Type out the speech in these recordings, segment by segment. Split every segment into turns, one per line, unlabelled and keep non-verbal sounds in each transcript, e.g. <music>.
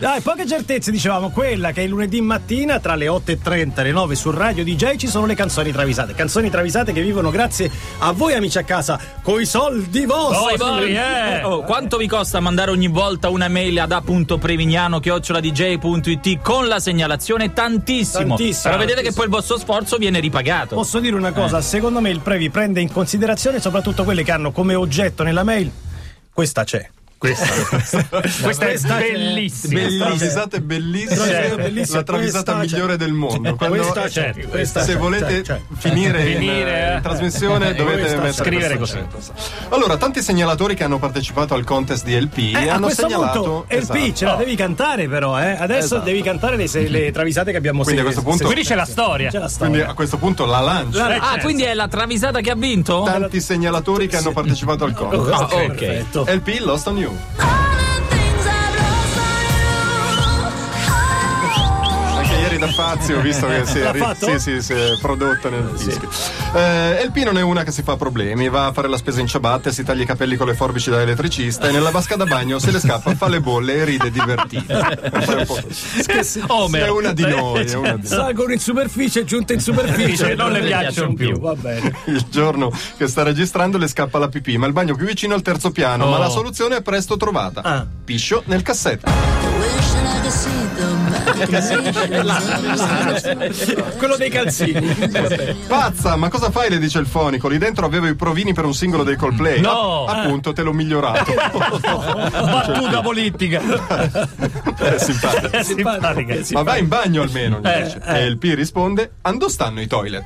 Dai, poche certezze dicevamo, quella che il lunedì mattina tra le 8.30 e le 9 sul radio DJ ci sono le canzoni travisate, canzoni travisate che vivono grazie a voi amici a casa, coi soldi vostri,
Poi,
eh!
oh, quanto vi costa mandare ogni volta una mail ad a.prevignano-dj.it con la segnalazione? Tantissimo.
Tantissimo.
Però
Tantissimo.
vedete che poi il vostro sforzo viene ripagato.
Posso dire
Eh.
una cosa, secondo me il Previ prende in considerazione soprattutto quelle che hanno come oggetto nella mail, questa c'è. <laughs>
Questa,
Cioè,
questa è
Questa c'è.
bellissima. Certo.
Bellissima.
La travisata è bellissima,
Sì,
è
bellissima.
la travisata
Questa c'è.
migliore del mondo. Quando-
questa c'è,
se
questa
se
c'è,
volete
c'è, c'è.
finire, in-
Finire,
in,
eh.
trasmissione dovete
Questa
mettere
c'è.
Scrivere
questa scelta. Allora, tanti segnalatori che hanno partecipato al contest di LP
Eh, a
hanno
questo
segnalato
punto, LP,
Esatto.
ce la devi cantare però, eh. Adesso
Esatto.
devi cantare le, se- le travisate che abbiamo
Quindi a
se-
questo punto-
se-
Quindi c'è la storia. <laughs>
c'è la Ah, storia.
Quindi a questo punto la lancio.
La-
ah, quindi è la travisata che ha vinto?
Tanti segnalatori che hanno partecipato al contest.
Ah, ok.
Perfetto.
LP Lost on You. Anche ieri da
<laughs>
Fazio ho visto che si
L'ha
è, ri-
fatto?
sì, sì, si è prodotta nel fischio. Eh, LP non è una che si fa problemi, va a fare la spesa in ciabatte, si taglia i capelli con le forbici da elettricista e nella vasca da bagno se le scappa, fa le bolle e
<laughs>
ride divertita. È un po' così.
Oh,
È una di noi, è una di noi.
Salgono in superficie, giunte in superficie,
Dice, non le piacciono più.
Va bene.
Il giorno che sta registrando le scappa la pipì, ma il bagno più vicino è al terzo piano, ma la soluzione è presto trovata.
Oh. Ah.
Piscio nel cassetto.
Quello dei calzini.
Eh,
Pazza, ma cosa fai? Le dice il fonico. Lì dentro avevo i provini per un singolo dei Coldplay.
No!
A- appunto, te
<laughs>
l'ho
<laughs>
migliorato. <laughs>
Battuta politica.
È simpatico.
Simpatica.
Eh, Ma vai in bagno almeno, gli dice. E il P risponde: Ando stanno i toilet?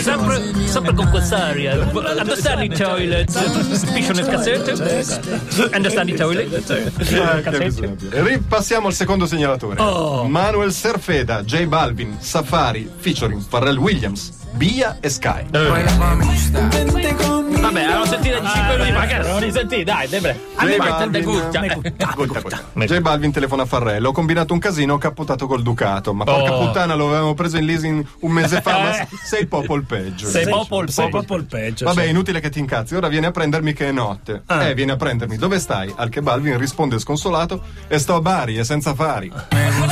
Sempre, sempre con quest'aria. Addossare i toilet. Piscio nel cassetto. Understand i toilet.
Eh, che bisogna. Ripassiamo al secondo segnalatore. Manuel Serfeda, J Balvin, Safari, featuring Pharrell Williams, Bia e Sky.
Vabbè, allora sentire 5 minuti, ragazzi. Senti, dai, Debre. Animate,
Balvin.
te gusta.
Gutta, gutta. J Balvin telefona a Farrello. Ho combinato un casino, ho caputato col Ducato. Ma porca puttana, lo avevamo preso in leasing un mese fa. ma sei popol peggio.
Sei popol
Sei
popol-
proprio il peggio.
Vabbè,
cioè. Ah.
inutile che ti incazzi, ora vieni a prendermi che è notte. Eh, vieni a prendermi, dove stai? Al che Balvin risponde sconsolato e sto a Bari e senza affari.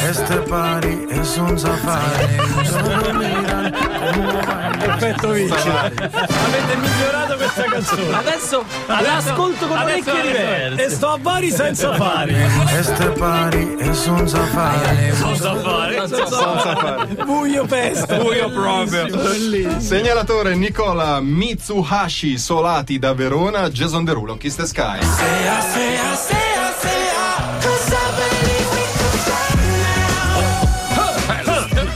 Este party es un safari. Solo miran cómo bailan.
Perfetto, Vinci. Avete migliorato questa canzone.
Adesso l'ascolto con
adesso
orecchie
è
diverse.
E sto a Bari senza fare.
Este party es un safari.
<laughs>
Senza affari.
Buio peste. Buio proprio. Bellissimo.
Segnalatore Nicola Mitsuhashi Solati da Verona, Jason Derulo, Kiss
<laughs>
the Sky.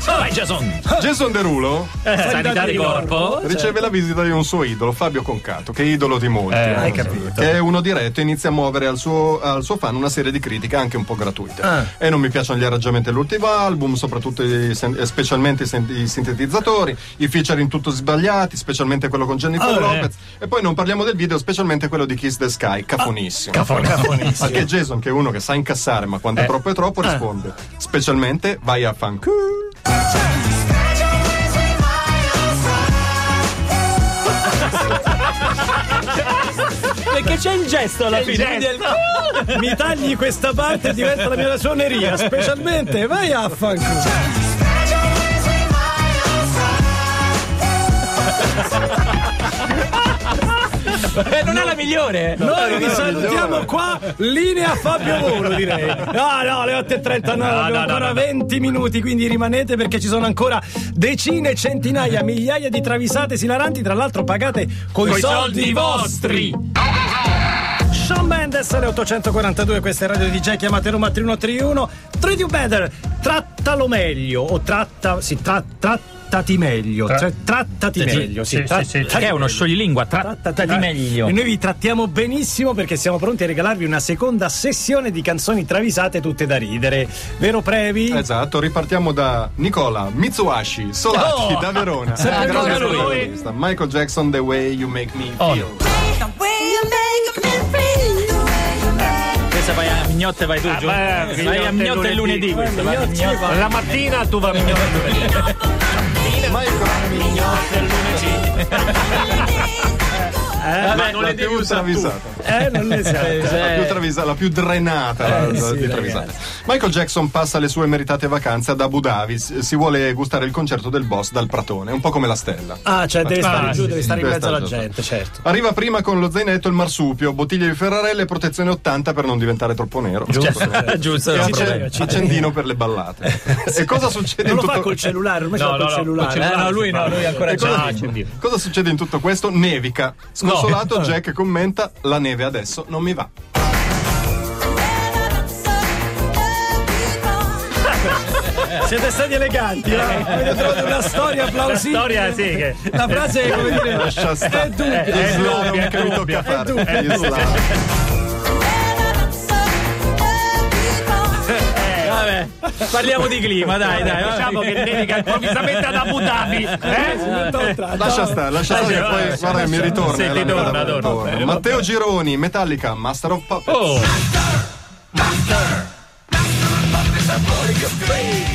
Vai Jason.
Jason Derulo
Eh, Sanità di corpo.
riceve
Certo.
la visita di un suo idolo, Fabio Concato, che è idolo di molti.
Eh,
eh.
hai capito.
Che è uno diretto e inizia a muovere al suo, al suo fan una serie di critiche anche un po' gratuite.
Ah.
E non mi piacciono gli arrangiamenti dell'ultimo album, soprattutto i sen- e specialmente i, sen- i sintetizzatori, i featuring tutto sbagliati, specialmente quello con Jennifer
Ah, eh.
Lopez. E poi non parliamo del video, specialmente quello di Kiss the Sky, cafonissimo.
Ah, Cafonissimo. Eh. Ah.
Anche Jason, che è uno che sa incassare, ma quando è troppo è troppo, risponde: Specialmente vai a fan.
Perché c'è il gesto alla fine.
gesto.
quindi è il-
Mi tagli questa parte e diventa la mia ragioneria. Specialmente, vai a fanculo.
Eh, non è la migliore.
Noi vi salutiamo qua, linea Fabio Volo direi. No, no, le 8.39, abbiamo
no,
ancora
no, no.
20 minuti, quindi rimanete perché ci sono ancora decine, centinaia, migliaia di travisate esilaranti, tra l'altro pagate coi,
Coi
soldi,
soldi
vostri.
vostri.
Sean Mendes, alle 842, questa è Radio DJ, chiamate Roma 3131, treat you better, trattalo meglio, o tratta, si tra- trattati meglio, cioè, trattati
sì,
meglio, sì,
sì, sì,
trattati
sì, sì.
Che è uno scioglilingua, trattati
Trattati
meglio.
E noi vi trattiamo benissimo perché siamo pronti a regalarvi una seconda sessione di canzoni travisate tutte da ridere. Vero Previ?
Esatto, ripartiamo da Nicola Mitsuhashi Solati da Verona.
Oh! Sempre
Grande
ancora lui. Oh,
protagonista. Michael Jackson, The Way You Make Me Feel.
Questa vai a mignotte vai tu,
Ah,
giù.
vai a
Vai
mignotte
a mignotte il
lunedì.
lunedì. questa, vai a
Mignotte,
mignotte.
La mattina tu vai a migliorare.
Michael
Eh,
Vabbè, non
la
le devi
più
usare tu.
travisata.
eh, non ne sai.
La più, travisa- la più drenata la- la-
Eh. sì,
di travisate. Michael Jackson passa le sue meritate vacanze ad Abu Dhabi. S- Si vuole gustare il concerto del boss dal Pratone, un po' come la stella.
Ah, cioè, devi stare
Ah,
giù,
sì,
devi
sì,
stare in
devi
mezzo alla
stare giù.
gente, certo.
Arriva prima con lo zainetto il marsupio, bottiglie di ferrarelle e protezione 80 per non diventare troppo nero.
Giusto, giusto.
E
no,
acce-
problema.
accendino per le ballate. e cosa succede
Eh, Non
in
lo fa
Eh, tutto
col cellulare, ormai ce
No,
l'ha
no,
col
no,
cellulare. Ecco,
col
eh.
cellulare. No, lui no, lui ancora
E
Ecco,
c'è.
cosa,
Ah, c'è via.
cosa succede in tutto questo? Nevica. Sconsolato, Jack commenta: La neve adesso non mi va.
Siete stati eleganti, eh? Avete trovato una storia plausibile.
Storia, sì, che...
La frase è come dire.
Eh.
Lascia stare.
Eh,
Eh,
È dubbia.
Gli
È dubbia,
slalom che mi
è
tocca
dubbia.
fare.
È dubbia.
Gli slalom.
Vabbè, parliamo di clima, dai, dai. vabbè.
Diciamo che dedica improvvisamente ad Abu Dhabi. Eh?
Lascia stare, lascia stare, che poi guarda che mi ritorna.
Sì,
eh, la
ti
metà
torna,
della-
torna.
torna. Matteo Gironi, Metallica, Master of Puppets.
Oh,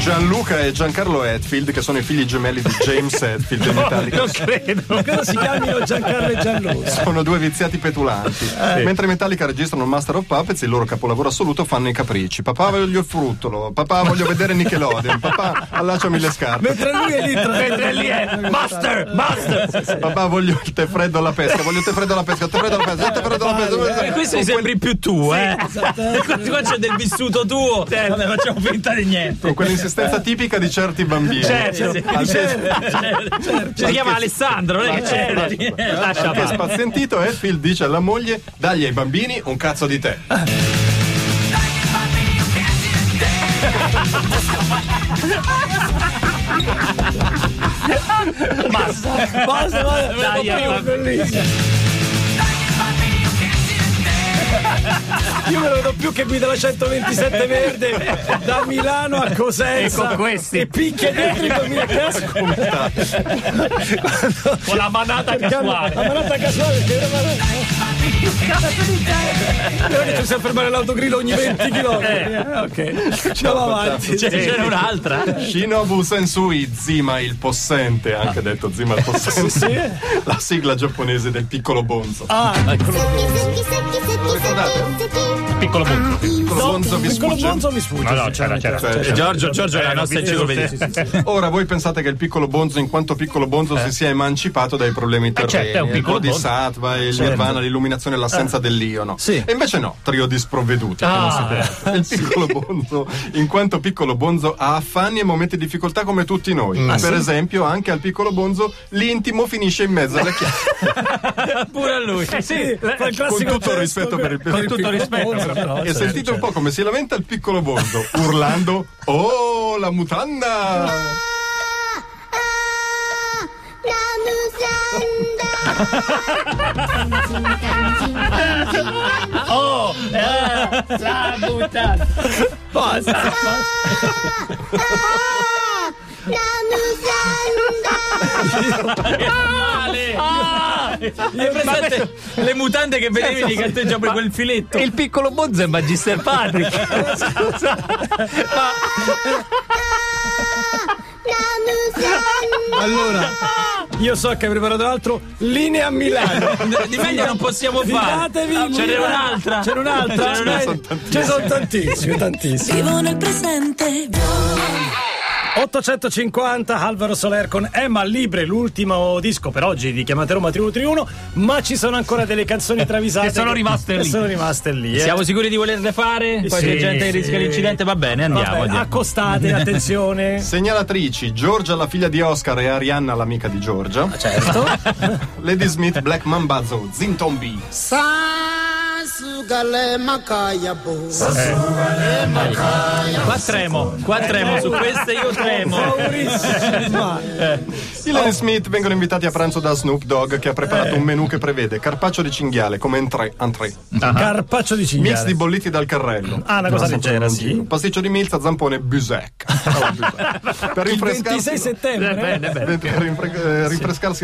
Gianluca e Giancarlo Hetfield, che sono i figli gemelli di James Hetfield e Metallica.
Non credo.
Credo si chiamino Giancarlo e Gianluca.
Sono due viziati petulanti. Mentre i Metallica registrano Master of Puppets, il loro capolavoro assoluto, fanno i capricci. Papà voglio il fruttolo, papà voglio vedere Nickelodeon, papà allacciami le scarpe,
Mentre lui è lì tra
Mentre lì è Master, Master.
papà voglio il tè freddo alla pesca, voglio il tè freddo alla pesca, il tè freddo alla pesca, il tè freddo alla pesca.
e <laughs> questo mi sembri più tu, eh. Questo <laughs> Qua c'è del vissuto tuo. Vabbè, facciamo finta di niente.
Con quell'insistenza tipica di certi bambini.
Certo.
Sì,
Al che-
Ci si chiama Alessandro, non è che c'è. <laughs>
Lascia che spazientito Hetfield dice alla moglie dagli ai bambini un cazzo di tè
basta, basta,
Dai,
basta,
va bene.
bellissimo. Io me lo do più che guida la
<laughs>
127 verde da Milano a Cosenza
E con questi.
e picchia dentro i bambini a
<laughs>
casa
Con la manata
La
casuale.
manata casuale che era manata. Non è che ci possiamo fermare l'autogrill ogni
Eh.
20 km. ok. Andiamo avanti.
C'è- C'era un'altra.
Shinobu Sensui Zima il possente anche detto Zima il possente la sigla giapponese del piccolo bonzo
Piccolo punto.
piccolo bonzo vi
Piccolo
sfugge
Bonzo mi sfugge.
No, no, c'era, c'era.
Cioè, cioè,
Giorgio, Giorgio è la
certo. Eh,
nostra
viste
enciclopedia.
tutte.
<laughs> ora voi pensate che il piccolo bonzo in quanto piccolo bonzo si sia emancipato dai problemi terreni
certo, è un
il
piccolo bonzo.
bodhisattva, il nirvana l'illuminazione e l'assenza dell'iono e invece no trio di sprovveduti che non si tratta. il piccolo bonzo in quanto piccolo bonzo ha affanni e momenti di difficoltà come tutti noi per esempio anche al piccolo bonzo l'intimo finisce in mezzo alla chiave
Pure a lui.
Eh, Sì, fa il
con
classico
tutto il
testo
rispetto
che-
per il
Con tutto rispetto.
E
certo.
sentite un po' come si lamenta il piccolo Bondo, urlando Oh, la mutanda!
Ah! <laughs> Hai presente le mutande che vedevi di canteggia per quel filetto?
Il piccolo Bonzo è Magister Patrick.
Allora, io so che hai preparato altro. Linea a Milano.
<laughs> Di meglio non possiamo fare.
Fidatevi.
Ah, ce n'è
Milano.
un'altra.
C'è un'altra.
Ce n'è un'altra.
aspetta. Ce ne sono tantissime, tantissime.
Vivo nel presente,
850 Alvaro Soler con Emma Libre, l'ultimo disco per oggi di Chiamate Roma 3131, ma ci sono ancora delle canzoni travisate
Che sono rimaste
che
lì.
sono rimaste lì, eh.
Siamo sicuri di volerle fare? Poi
Sì,
c'è gente che
sì.
rischia l'incidente, va bene, andiamo.
Vabbè,
andiamo.
accostate, attenzione.
<laughs> Segnalatrici, Giorgia la figlia di Oscar e Arianna l'amica di Giorgia.
Ah,
Certo. <laughs> Lady Smith, Black Mambazo, Zintombi.
Qua tremo, qua
Eh,
tremo, su queste io tremo.
Paurissima.
I
Oh.
Lady Smith vengono invitati a pranzo da Snoop Dogg che ha preparato
Eh.
un menù che prevede carpaccio di cinghiale come entrée, entrée,
Carpaccio di
mix
cinghiale.
di bolliti dal carrello.
Ah, una cosa
Non so
leggera,
come
sì.
dire. Un pasticcio di milza, zampone, busec.
<laughs>
Bravo, Busek. Per
Il
rinfrescarsi
26
Eh,
settembre. eh.
per rinfre- eh, rinfrescarsi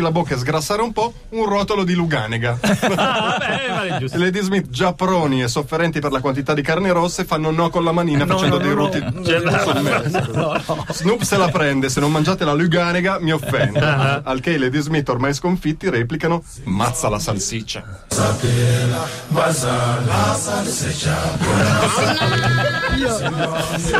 <laughs>
la bocca e sgrassare un po', un rotolo di luganega.
Ah, Vabbè, eh, vale giusto.
Lady Smith già pronta marroni e sofferenti per la quantità di carne rosse fanno no con la manina facendo
Eh, no,
dei
no,
ruoti sul mezzo. Snoop se la prende, se non mangiate la luganega mi offende.
Ah,
Al che i Lady Smith ormai sconfitti replicano mazza la salsiccia.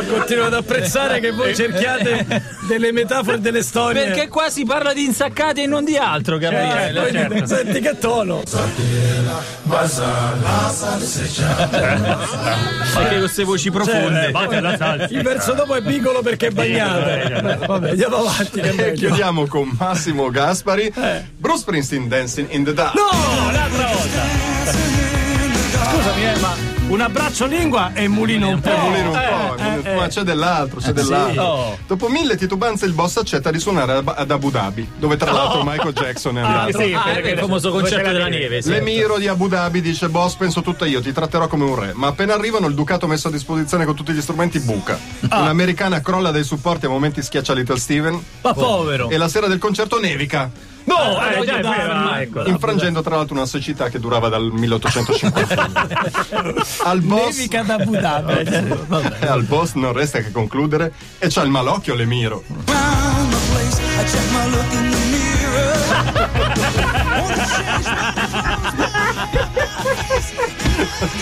Continuo ad apprezzare che voi cerchiate <laughs> delle metafore, delle storie.
Perché qua si parla di insaccati e non di altro,
Eh,
Gabriele.
poi di- Senti che tono. cioè,
Anche queste voci
eh,
profonde.
Il verso dopo è piccolo perché è bagnato. Vabbè, andiamo avanti. Che è
E
meglio.
chiudiamo con Massimo Gaspari, Bruce Springsteen Dancing in the Dark.
Eh. No, l'altra volta. Scusami, eh, ma un abbraccio lingua e mulino un po'.
Per Cioè, volere un po',
eh, eh.
ma c'è dell'altro, c'è dell'altro.
Oh.
Dopo mille titubanze, il boss accetta di suonare a- ad Abu Dhabi, dove tra l'altro Michael Jackson è andato.
Sì,
Ah,
perché-
ecco il famoso concerto della neve.
Esatto.
sì.
L'emiro di Abu Dhabi dice: Boss, penso tutta io, ti tratterò come un re. Ma appena arrivano, il ducato messo a disposizione con tutti gli strumenti buca.
Ah.
Un'americana crolla dai supporti a momenti schiaccia Little Steven.
Ma povero.
E la sera del concerto nevica,
Oh,
No, eh,
già,
dai,
è vero,
dai,
ecco.
infrangendo tra l'altro una società che durava dal
<laughs>
1850. al, boss,
Nevica da Abu Dhabi.
<laughs>
al boss non resta che concludere, e c'ha il malocchio l'emiro.
around the place. I check my look in the mirror. Wanna change my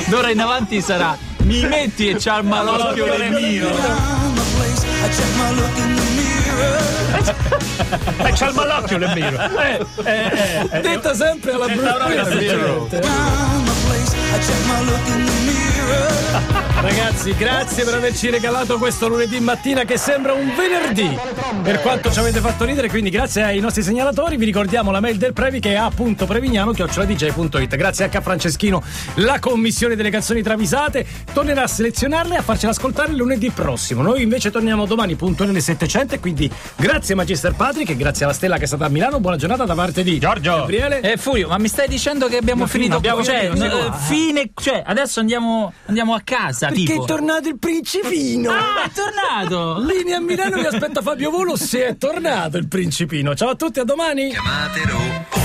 D'ora in avanti sarà mi metti e c'ha il malocchio del mio.
around the place. I check my look in the mirror.
Eh, c'ha il malocchio l'emiro.
Eh, Detta sempre alla brutta.
L'emiro.
Around the place. I check my look in the mirror.
Ragazzi, grazie per averci regalato questo lunedì mattina che sembra un venerdì. Per quanto ci avete fatto ridere, quindi grazie ai nostri segnalatori. Vi ricordiamo la mail del Previ che è a.prevignano.it. Grazie anche a Franceschino, la commissione delle canzoni travisate. Tornerà a selezionarle e a farcele ascoltare lunedì prossimo. Noi invece torniamo domani puntuali alle 700. Quindi grazie Magister Patrick e grazie alla Stella che è stata a Milano. Buona giornata da parte di
Giorgio.
Gabriele.
Eh, Furio, ma mi stai dicendo che abbiamo finito?
abbiamo
cioè,
finito,
eh,
no.
fine, cioè, adesso andiamo, andiamo a casa.
Perché
tipo.
è tornato il principino.
Ah, è tornato!
Linea a Milano vi aspetta Fabio Volo se è tornato il principino. Ciao a tutti, a domani.
Chiamatelo